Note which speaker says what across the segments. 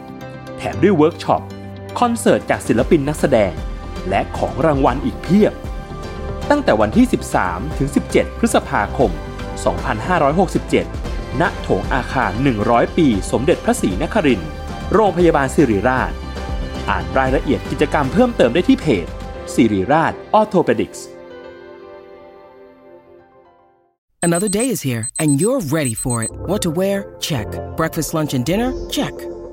Speaker 1: แถมด้วยเวิร์กช็อป คอนเสิร์ตจากศิลปินนักแสดง และของรางวัลอีกเพียบ ตั้งแต่วันที่ 13 ถึง 17 พฤษภาคม 2567 ณ โถงอาคาร 100 ปี สมเด็จพระศรีนครินทร์ โรงพยาบาลสิริราช อ่านรายละเอียดกิจกรรมเพิ่มเติมได้ที่เพจสิริราชออโทเปดิกส์
Speaker 2: Another day is here, and you're ready for it. What to wear? Check. Breakfast, lunch, and dinner? Check.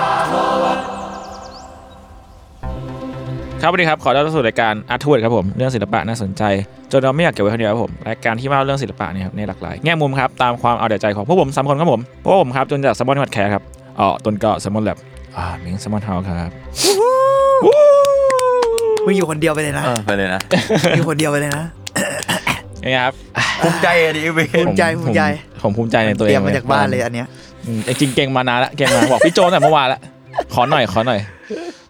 Speaker 3: ครับสวัสดีครับ ขอต้อนรับสู่รายการอาร์ทเวิร์ดครับผมเรื่องศิลปะน่าสนใจ จนเราไม่อยากเก็บไว้คนเดียวครับผมรายการที่มาเล่าเรื่องศิลปะเนี่ยครับในหลากหลายแง่มุมครับตามความเอาแต่ใจของพวกผมสามคนครับผมพวกผมครับจนจากสมอนวัดแคร์ครับอ๋อตนก็สมอนแลบอ่าเม้งสมอนเฮาครับ
Speaker 4: มึงอยู่คนเดียวไปเลยนะ
Speaker 5: เออไปเลยนะ
Speaker 4: อยู่คนเดียวไปเลยนะ
Speaker 3: ยังไงครับ
Speaker 5: ภูมิใจอะดิเวย
Speaker 4: ภูมิใจ
Speaker 3: ผ
Speaker 4: ภูมิใจ
Speaker 3: ผมผมภูมิใจในตัวเอง
Speaker 4: เตรียมมาจากบ้านเลยอันเนี้ย
Speaker 3: อืมจริงๆเก่งมานานละเก่งมาบอกพี่โจตั้งแต่เมื่อวานละขอหน่อยขอหน่อย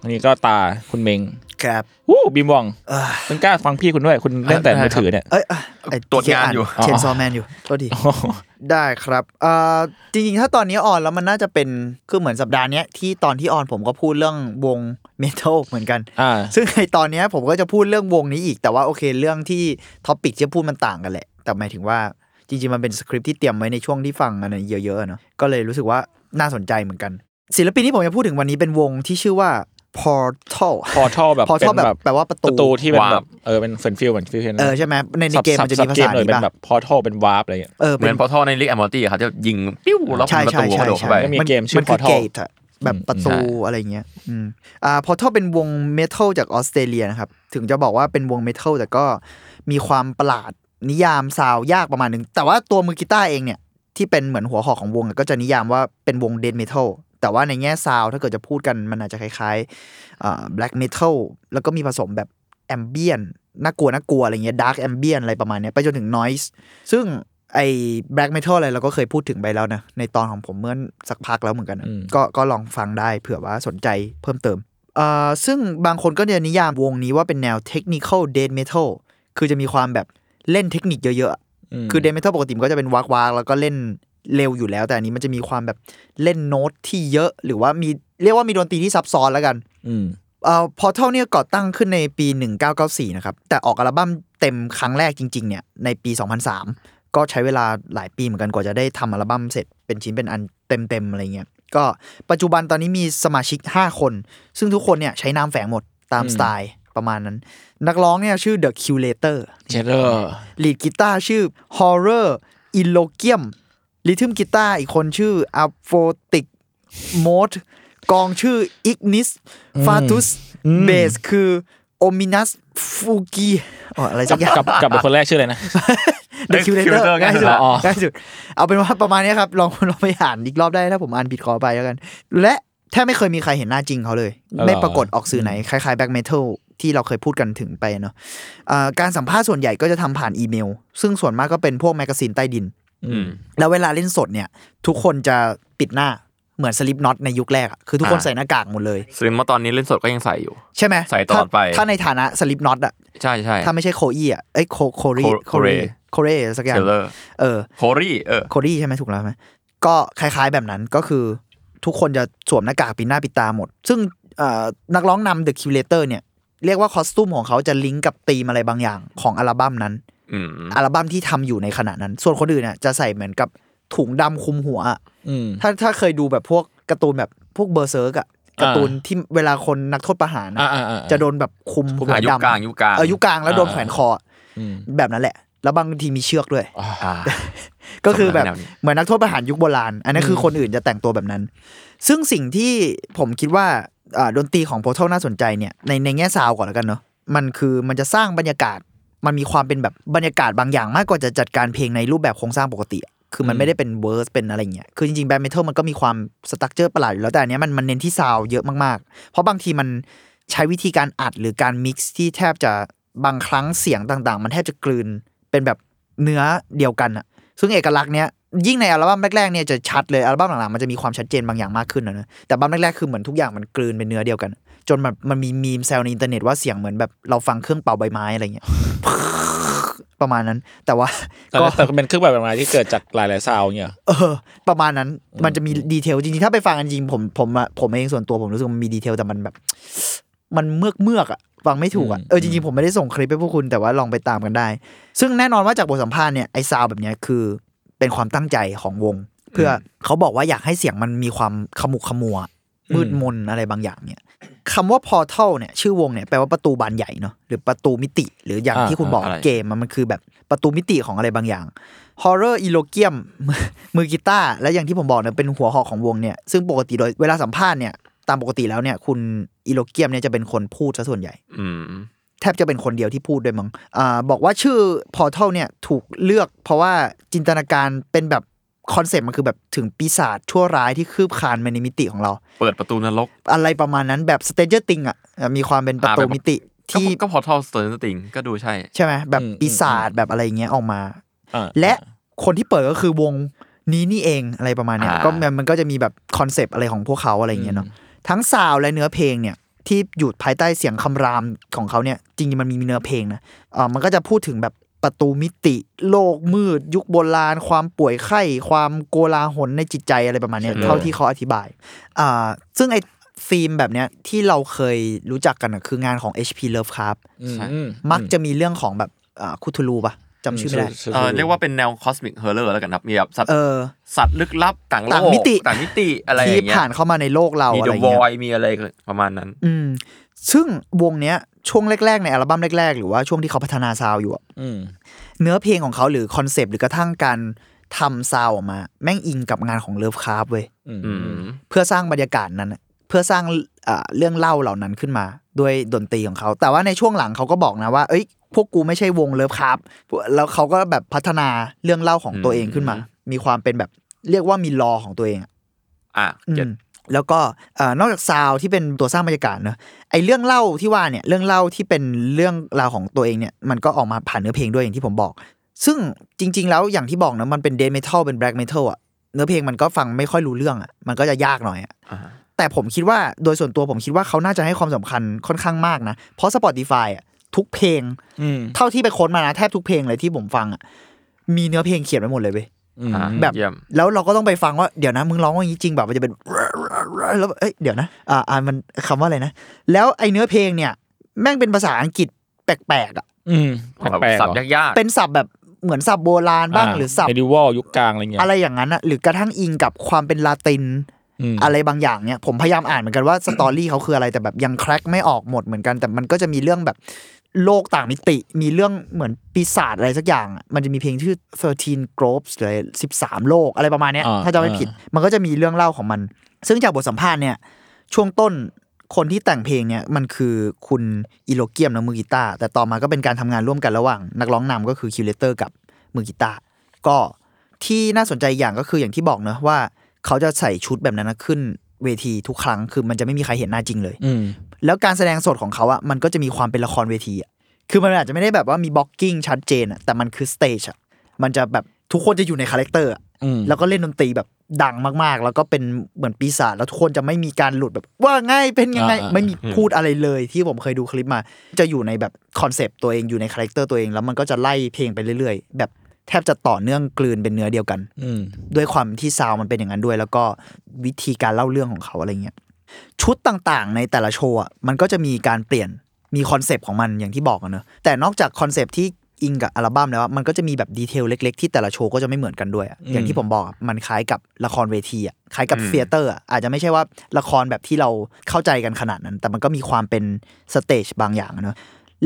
Speaker 3: อันนี้ก็ตาคุณเม้ง
Speaker 4: ครับ
Speaker 3: วู้บีมวอง
Speaker 4: เอ่อ
Speaker 3: คุณกล้าฟังพี่คุณด้วยคุณเล่นแต่มือถือเนี่ย
Speaker 4: เอ้ยเอ้ยไอ้
Speaker 5: ตรวจงานอยู่
Speaker 4: เชนซอแมนอยู่โทษดี ได้ครับเอ่อจริงๆ ถ้าตอนนี้ออนแล้วมันน่าจะเป็น คือเหมือนสัปดาห์เนี้ยที่ตอนที่ออนผมก็พูดเรื่องวงเมทัลเหมือนกัน
Speaker 3: อ่า
Speaker 4: ซึ่งในตอนเนี้ยผมก็จะพูดเรื่องวงนี้อีก แต่ว่าโอเคเรื่องที่ท็อปิกที่พูดมันต่างกันแหละ แต่หมายถึงว่าจริงๆ มันเป็นสคริปต์ที่เตรียมไว้ในช่วงที่ฟังอันนั้นเยอะๆอะเนาะ ก็เลยรู้สึกว่าน่าสนใจเหมือนกัน ศิลปินที่ผมจะพูดถึงวันนี้เป็นวงที่ชื่อว่า Portal
Speaker 3: พอท่อแบบ
Speaker 4: พอท่อ
Speaker 3: เป็น
Speaker 4: แบบแปลว่าประตู
Speaker 3: ที่เป็น
Speaker 5: วาร์ป
Speaker 3: แบบเออเป็นเฟรนฟิลเหมือนฟิลเทน
Speaker 4: เออใช่ไหมในในเกมมันจะมีภาษา
Speaker 3: หน่อย
Speaker 4: นี้
Speaker 3: เป็น
Speaker 4: ป่ะ
Speaker 3: แบบพอท่อเป็นวาร์ปอะไรอย่างเงี้ย
Speaker 4: เออ
Speaker 5: เหมือนพอท่อในลิกแอมอตี้เขาจะยิงปิ้วแล้ว
Speaker 4: ใช่
Speaker 5: ประ
Speaker 4: ใช่
Speaker 5: ตูก
Speaker 4: ใช่
Speaker 5: ระโดดเข้าไป
Speaker 4: ใช่
Speaker 3: มีเกมชื่อ
Speaker 4: มันคือ
Speaker 3: Portal
Speaker 4: เกตอะแบบประตู
Speaker 5: ใช่
Speaker 4: อะไรเงี้ยอืมอ่าพอท่อเป็นวงเมทัลจากออสเตรเลียนะครับ ถึงจะบอกว่าเป็นวงเมทัลแต่ก็มีความประหลาดนิยามซาวยากประมาณหนึ่ง แต่ว่าตัวมือกีตาร์เองเนี่ย ที่เป็นเหมือนหัวหอกของวงอะก็จะนิยามว่าเป็นวงเดนเมทัลแต่ว่าในแง่ซาวด์ถ้าเกิดจะพูดกันมันอาจจะคล้ายๆแบล็กเมทัลแล้วก็มีผสมแบบแอมเบียนน่ากลัวน่ากลัวอะไรเงี้ยดาร์กแอมเบียนอะไรประมาณเนี้ยไปจนถึงนอยส์ซึ่งไอ้แบล็กเมทัลอะไรเราก็เคยพูดถึงไปแล้วนะ ในตอนของผมเมื่อสักพักแล้วเหมือนกันนะ
Speaker 3: อืม
Speaker 4: ก็ก็ลองฟังได้เผื่อว่าสนใจเพิ่มเติมเอ่อซึ่งบางคนก็จะนิยามวงนี้ว่าเป็นแนวเทคนิคอลเดนเมทัลคือจะมีความแบบเล่นเทคนิคเยอะๆอะ
Speaker 3: ม
Speaker 4: คือเดนเมทัลปกติมันก็จะเป็นวากวากๆแล้วก็เล่นเร็วอยู่แล้ว แต่อันนี้มันจะมีความแบบเล่นโน้ตที่เยอะหรือว่ามีเรียกว่ามีดนตรีที่ซับซ้อนแล้วกัน
Speaker 3: อืม
Speaker 4: เอ่อพอเท่าเนี่ยก่อตั้งขึ้นในปี 1994 นะครับ แต่ออกอัลบั้มเต็มครั้งแรกจริง ๆ เนี่ย ในปี 2003 ก็ใช้เวลาหลายปีเหมือนกันกว่าจะได้ทำอัลบั้มเสร็จเป็นชิ้นเป็นอันเต็ม ๆ อะไรเงี้ยก็ปัจจุบันตอนนี้มีสมาชิก 5 คน ซึ่งทุกคนเนี่ยใช้นามแฝงหมดตามสไตล์ประมาณนั้น นักร้องเนี่ยชื่อ The Curator
Speaker 3: เชดเดอร์
Speaker 4: ลีดกีตาร์ชื่อ Horror i l l o g i u m ลิทึมกีตาร์อีกคนชื่อ a p h o t i c Mode กองชื่อ Ignis f a t u s เบสคือ Ominous Fugi อ๋ออะไรสักอย่าง
Speaker 3: กับกับเป็นคนแรกชื่ออะไรนะ
Speaker 4: The Curator
Speaker 5: Curator
Speaker 4: ง่ายสุด
Speaker 3: อ๋อ
Speaker 4: ง่ายสุด เอาเป็นว่าประมาณนี้ครับ ลองลองไปอ่านอีกรอบได้ถ้าผมอ่านผิดขอไปแล้วกัน และแทบไม่เคยมีใครเห็นหน้าจริงเขาเลย ไม่ปรากฏออกสื่อไหน คล้ายๆแบ็กเมทัลที่เราเคยพูดกันถึงไปเนาะอ่าการสัมภาษณ์ส่วนใหญ่ก็จะทำผ่านอีเมล ซึ่งส่วนมากก็เป็นพวกแมกกาซีนใต้ดิน
Speaker 3: อืม
Speaker 4: แล้วเวลาเล่นสดเนี่ย ทุกคนจะปิดหน้าเหมือนสลิปน็อตในยุคแรกอะคือทุกคน
Speaker 5: อ่า
Speaker 4: ใส่หน้ากากหมดเลย
Speaker 5: ซึ่งเมื่อตอนนี้เล่นสดก็ยังใส่อยู่
Speaker 4: ใช่ไหม
Speaker 5: ใส่ตลอดไป
Speaker 4: ถ้าถ้าในฐานะสลิปน็อตอะ
Speaker 5: ใช่ใช่
Speaker 4: ถ้าไม่ใช่โคอี้อะเอ้ยโคโครี
Speaker 5: โค
Speaker 4: โค
Speaker 5: เร
Speaker 4: รีโคเรสักอย่าง
Speaker 5: เทเลอร์
Speaker 4: เออ
Speaker 5: โครี่เออ
Speaker 4: โคดี้ใช่ไหมถูกแล้วไหมก็คล้ายๆแบบนั้นก็คือทุกคนจะสวมหน้ากากปิดหน้าปิดตาหมด ซึ่งเอ่อนักร้องนำ The Curator เนี่ย เรียกว่าคอสตูมของเขาจะลิงก์กับธีมอะไรบางอย่างของอัลบั้มนั้น
Speaker 5: อืม
Speaker 4: อัลบั้มที่ทำอยู่ในขณะนั้น ส่วนคนอื่นน่ะจะใส่เหมือนกับ ถุงดำคลุมหัวอะ
Speaker 3: อืม
Speaker 4: ถ้าถ้าเคยดูแบบพวกการ์ตูนแบบพวกเบอร์เซิร์กอะ
Speaker 3: อ่า
Speaker 4: การ์ตูนที่เวลาคนนักโทษประหารอะ
Speaker 3: อ่าอ่าอ่า
Speaker 4: จะโดนแบบคลุม
Speaker 3: คลุม
Speaker 4: หัว
Speaker 5: อายุ
Speaker 4: ดำ
Speaker 5: กลางอายุกลาง
Speaker 4: เออยุกลางแล้วโดน
Speaker 3: อ่า
Speaker 4: แขวนคออะ
Speaker 3: อืม
Speaker 4: แบบนั้นแหละ แล้วบางทีมีเชือกด้วย
Speaker 3: อ่า
Speaker 5: อ่า
Speaker 4: ก็คือแบบ
Speaker 5: สมัยแนวนี้
Speaker 4: เหมือนนักโทษประหารยุคโบราณ อันนั้นคือคนอื่นจะแต่งตัวแบบนั้น ซึ่งสิ่งที่ผมคิดว่าอ่าดนตรีของโพเทลน่าสนใจเนี่ยในในแง่ซาวด์ก่อนแล้วกันเนาะมันคือมันจะสร้างบรรยากาศ มันมีความเป็นแบบบรรยากาศบางอย่างมากกว่าจะจัดการเพลงในรูปแบบโครงสร้างปกติอะคือมัน
Speaker 3: อืม
Speaker 4: ไม่ได้เป็นเวอร์สเป็นอะไรเงี้ยคือจริงๆแบล็คเมทัลมันก็มีความสตั๊กเจอร์ประหลาดอยู่แล้วแต่อันเนี้ยมันมันเน้นที่ซาวด์เยอะมากๆ เพราะบางทีมันใช้วิธีการอัดหรือการมิกซ์ที่แทบจะบางครั้งเสียงต่างๆ มันแทบจะกลืนเป็นแบบเนื้อเดียวกันอะ ซึ่งเอกลักษณ์เนี้ยยิ่งในอัลบั้มแรกๆเนี่ยจะชัดเลยอัลบั้มหลังๆมันจะมีความชัดเจนบางอย่างมากขึ้นนะเนอะแต่อัลบั้มแรกๆคือเหมือนทุกอย่างมันกลืนเป็นเนื้อเดียวกัน จนมันมันมีมีมแซวในอินเทอร์เน็ตว่าเสียงเหมือนแบบเราฟังเครื่องเป่าใบไม้อะไรเงี้ย ประมาณนั้น แต่ว่า
Speaker 3: แต่
Speaker 4: ก็
Speaker 3: แต่เป็นเครื่องแบบประมาณที่เกิดจากหลายๆซาวน์เนี่ย
Speaker 4: เออประมาณนั้นมันจะมีดีเทลจริงๆถ้าไปฟังกันจริงผมผมอะผมเองส่วนตัวผมรู้สึกว่ามันมีดีเทลแต่มันแบบ มันเมือกเมือกๆอะฟังไม่ถูกอะ
Speaker 3: อืม
Speaker 4: เออจริงๆผมไม่ได้ส่งคลิปให้พวกคุณแต่ว่าลองไปตามกันได้ ซึ่งแน่นอนว่าจากบทสัมภาษณ์เนี่ยไอซาวแบบเนี้ยคือเป็นความตั้งใจของวง เพื่อเขาบอกว่าอยากให้เสียงมันมีความขมุกขมัว มืดมนอะไรบางอย่างเนี่ยคำว่า portal เนี่ยชื่อวงเนี่ยแปลว่าประตูบานใหญ่เนาะหรือประตูมิติ หรืออย่าง
Speaker 3: อ่า
Speaker 4: ที่คุณบอก
Speaker 5: อะไร
Speaker 4: เกมมันมันคือแบบประตูมิติของอะไรบางอย่าง horror e l o q u i u m มือกีตาร์และอย่างที่ผมบอกเนี่ยเป็นหัวหอกของวงเนี่ยซึ่งปกติโดยเวลาสัมภาษณ์เนี่ยตามปกติแล้วเนี่ยคุณอีโลเกียมเนี่ยจะเป็นคนพูดซะส่วนใหญ่
Speaker 5: อืม
Speaker 4: แทบจะเป็นคนเดียวที่พูดด้วยมั้งอาบอกว่าชื่อ Portal เนี่ยถูกเลือกเพราะว่าจินตนาการเป็นแบบคอนเซปต์มันคือแบบถึงปีศาจชั่วร้ายที่คืบคลานมาในมิติของเรา
Speaker 5: เปิดประตูนรก
Speaker 4: อะไรประมาณนั้นแบบสเต n เจอร์ติงอ่ะเอ่อมีความเป็นประตู
Speaker 5: อ่าแบบ
Speaker 4: มิติที่
Speaker 5: ก็ก็พอทอลสเตอร์ติงก็ดูใช่
Speaker 4: ใช่ไหมแบบ
Speaker 3: อืม
Speaker 4: ปีศาจแบบอะไรอย่างเงี้ยออกมา
Speaker 3: อ่า
Speaker 4: และคนที่เปิดก็คือวงนี้นี่เองอะไรประมาณเนี้ย
Speaker 5: อ่า
Speaker 4: ก็มันมันก็จะมีแบบคอนเซปต์อะไรของพวกเขาอะไรอย่างเงี้ยเนาะทั้งซาวด์และเนื้อเพลงเนี่ยที่อยู่ภายใต้เสียงคำรามของเขาเนี่ยจริงๆมันมีเนื้อเพลงนะเอ่อมันก็จะพูดถึงแบบประตูมิติ โลกมืด ยุคโบราณ ความป่วยไข้ ความโกลาหลในจิตใจอะไรประมาณเนี้ย
Speaker 3: ใช่เลย
Speaker 4: เท่าที่เขาอธิบายอ่าซึ่งไอ้ธีมแบบเนี้ยที่เราเคยรู้จักกันนะคืองานของ HP Lovecraft
Speaker 3: อืม
Speaker 5: ใช่
Speaker 3: อื
Speaker 4: มักจะมีเรื่องของแบบคุทูลูปะจำชื่อไม่ได้
Speaker 5: เออเรียกว่าเป็นแนวคอสมิกเฮอร์เรอร์แล้วกันครับมีแบบสัตว์
Speaker 4: เออ
Speaker 5: สัตว์ลึกลับต่างโลก
Speaker 4: ต่างมิติ
Speaker 5: ต่างมิติอะไรอย่าง
Speaker 4: ที่
Speaker 5: เงี้ย
Speaker 4: ผ่านเข้ามาในโลกเรา
Speaker 5: มี
Speaker 4: อะ
Speaker 5: เด
Speaker 4: ไร
Speaker 5: อะว
Speaker 4: เงี้
Speaker 5: อย ยมีอะไรประมาณนั้น
Speaker 4: อืม ซึ่งวงเนี้ยช่วงแรกๆ ในอัลบั้มแรก ๆ หรือว่าช่วงที่เขาพัฒนาซาวด์อยู่อะ
Speaker 3: อืม
Speaker 4: เนื้อเพลงของเขาหรือคอนเซปต์หรือกระทั่งการทำซาวด์ออกมา แม่งอิงกับงานของเลิฟคราฟเว้ย
Speaker 3: อืม
Speaker 5: อืม
Speaker 4: เพื่อสร้างบรรยากาศนั้นอะเพื่อสร้างเอ่อเรื่องเล่าเหล่านั้นขึ้นมาด้วยดนตรีของเขา แต่ว่าในช่วงหลังเขาก็บอกนะว่า เอ้ย พวกกูไม่ใช่วงเลิฟครับ แล้วเขาก็แบบพัฒนาเรื่องเล่าของตัวเองขึ้นมา
Speaker 5: อื
Speaker 4: มีความเป็นแบบเรียกว่ามีลอของตัวเองอะ
Speaker 5: อ่ะ
Speaker 4: อืม
Speaker 5: เก็ต
Speaker 4: แล้วก็เอ่อนอกจากซาวที่เป็นตัวสร้างบรรยากาศเนอะไอเรื่องเล่าที่ว่าเนี่ยเรื่องเล่าที่เป็นเรื่องราวของตัวเองเนี่ยมันก็ออกมาผ่านเนื้อเพลงด้วยอย่างที่ผมบอก ซึ่งจริง ๆ แล้วอย่างที่บอกนะมันเป็นเดนเมทัลเป็นแบล็กเมทัลอะเนื้อเพลงมันก็ฟังไม่ค่อยรู้เรื่องอะมันก็จะยากหน่อยอะ
Speaker 5: อ่า
Speaker 4: แต่ผมคิดว่าโดยส่วนตัวผมคิดว่าเขาน่าจะให้ความสำคัญค่อนข้างมากนะ เพราะ Spotify อะทุกเพลง
Speaker 3: อืม
Speaker 4: เท่าที่ไปค้นมานะแทบทุกเพลงเลยที่ผมฟังอะมีเนื้อเพลงเขียนไว้หมดเลยเว้ย
Speaker 3: อืม
Speaker 5: อ่า
Speaker 4: แบบ
Speaker 5: เยี่ยม
Speaker 4: แล้วเราก็ต้องไปฟังว่าเดี๋ยวนะมึงร้องว่าอย่างนี้จริงแบบมันจะเป็นแล้วเอ้ยเดี๋ยวนะอ่าอ่ามันคำว่าอะไรนะ แล้วไอเนื้อเพลงเนี่ย แม่งเป็นภาษาอังกฤษแปลกๆอ่ะ
Speaker 3: อืม
Speaker 5: แบบ
Speaker 3: แปลกๆ
Speaker 5: สับ
Speaker 3: เหรอย
Speaker 5: ากๆ
Speaker 4: เป็นศัพท์แบบเหมือนศัพท์โบราณบ้างหรือศัพท์
Speaker 3: เมดิวอลยุคกลางอะไรเงี้ย
Speaker 4: อะไรอย่างนั้นอ่ะหรือกระทั่งอิงกับความเป็นลาติน
Speaker 3: ม
Speaker 4: อะไรบางอย่างเนี่ยผมพยายามอ่านเหมือนกันว่าสตอรี่เขาคืออะไรแต่แบบยังแครกไม่ออกหมดเหมือนกัน แต่มันก็จะมีเรื่องแบบโลกต่างมิติ มีเรื่องเหมือนปีศาจอะไรสักอย่างอะมันจะมีเพลงชื่อ13 groves หรือ13 โลกอะไรประมาณเนี้ย
Speaker 3: อ่า
Speaker 4: ถ้าจำไม่
Speaker 3: อ่า
Speaker 4: ผิด มันก็จะมีเรื่องเล่าของมัน ซึ่งจากบทสัมภาษณ์เนี่ย ช่วงต้นคนที่แต่งเพลงเนี่ย มันคือคุณอิโลเกียมนะมือกีตาร์แต่ต่อมาก็เป็นการทำงานร่วมกันระหว่าง นักร้องนำก็คือคิวเลเตอร์กับมือกีตาร์ก็ที่น่าสนใจอย่างก็คืออย่างที่บอกเนอะว่า เขาจะใส่ชุดแบบนั้นนะขึ้นเวทีทุกครั้งคือมันจะไม่มีใครเห็นหน้าจริงเลย
Speaker 3: อืม
Speaker 4: แล้วการแสดงสดของเขาอะมันก็จะมีความเป็นละครเวทีอะคือมันอาจจะไม่ได้แบบว่ามีบล็อกกิ้งชัดเจนอะแต่มันคือสเตจอะมันจะแบบทุกคนจะอยู่ในคาแรคเตอร์อะ
Speaker 3: อืม
Speaker 4: แล้วก็เล่นดนตรีแบบดังมากๆ แล้วก็เป็นเหมือนปีศาจแล้วทุกคนจะไม่มีการหลุดแบบว่าไง่ายเป็นยังไง
Speaker 3: อ่า
Speaker 4: ไม่มีพูดอะไรเลยที่ผมเคยดูคลิปมา จะอยู่ในแบบคอนเซปต์ตัวเองอยู่ในคาแรคเตอร์ตัวเองแล้วมันก็จะไล่เพลงไปเรื่อยๆ แบบแทบจะต่อเนื่องกลืนเป็นเนื้อเดียวกัน
Speaker 3: อืม
Speaker 4: ด้วยความที่ซาวมันเป็นอย่างนั้นด้วย แล้วก็วิธีการเล่าเรื่องของเขาอะไรเงี้ยชุดต่างๆ ในแต่ละโชว์อะมันก็จะมีการเปลี่ยนมีคอนเซปต์ของมันอย่างที่บอกอะเนอะแต่นอกจากคอนเซปต์ที่ อิงกับอัลบั้มแล้วอะมันก็จะมีแบบดีเทลเล็ก ๆ ที่แต่ละโชว์ก็จะไม่เหมือนกันด้วยอะ
Speaker 3: อืม
Speaker 4: อย่างที่ผมบอกอะมันคล้ายกับละครเวทีอะคล้ายกับ
Speaker 5: อืม
Speaker 4: เฟียเตอร์อะอาจจะไม่ใช่ว่าละครแบบที่เราเข้าใจกันขนาดนั้น แต่มันก็มีความเป็นสเตจบางอย่างอะเนอะ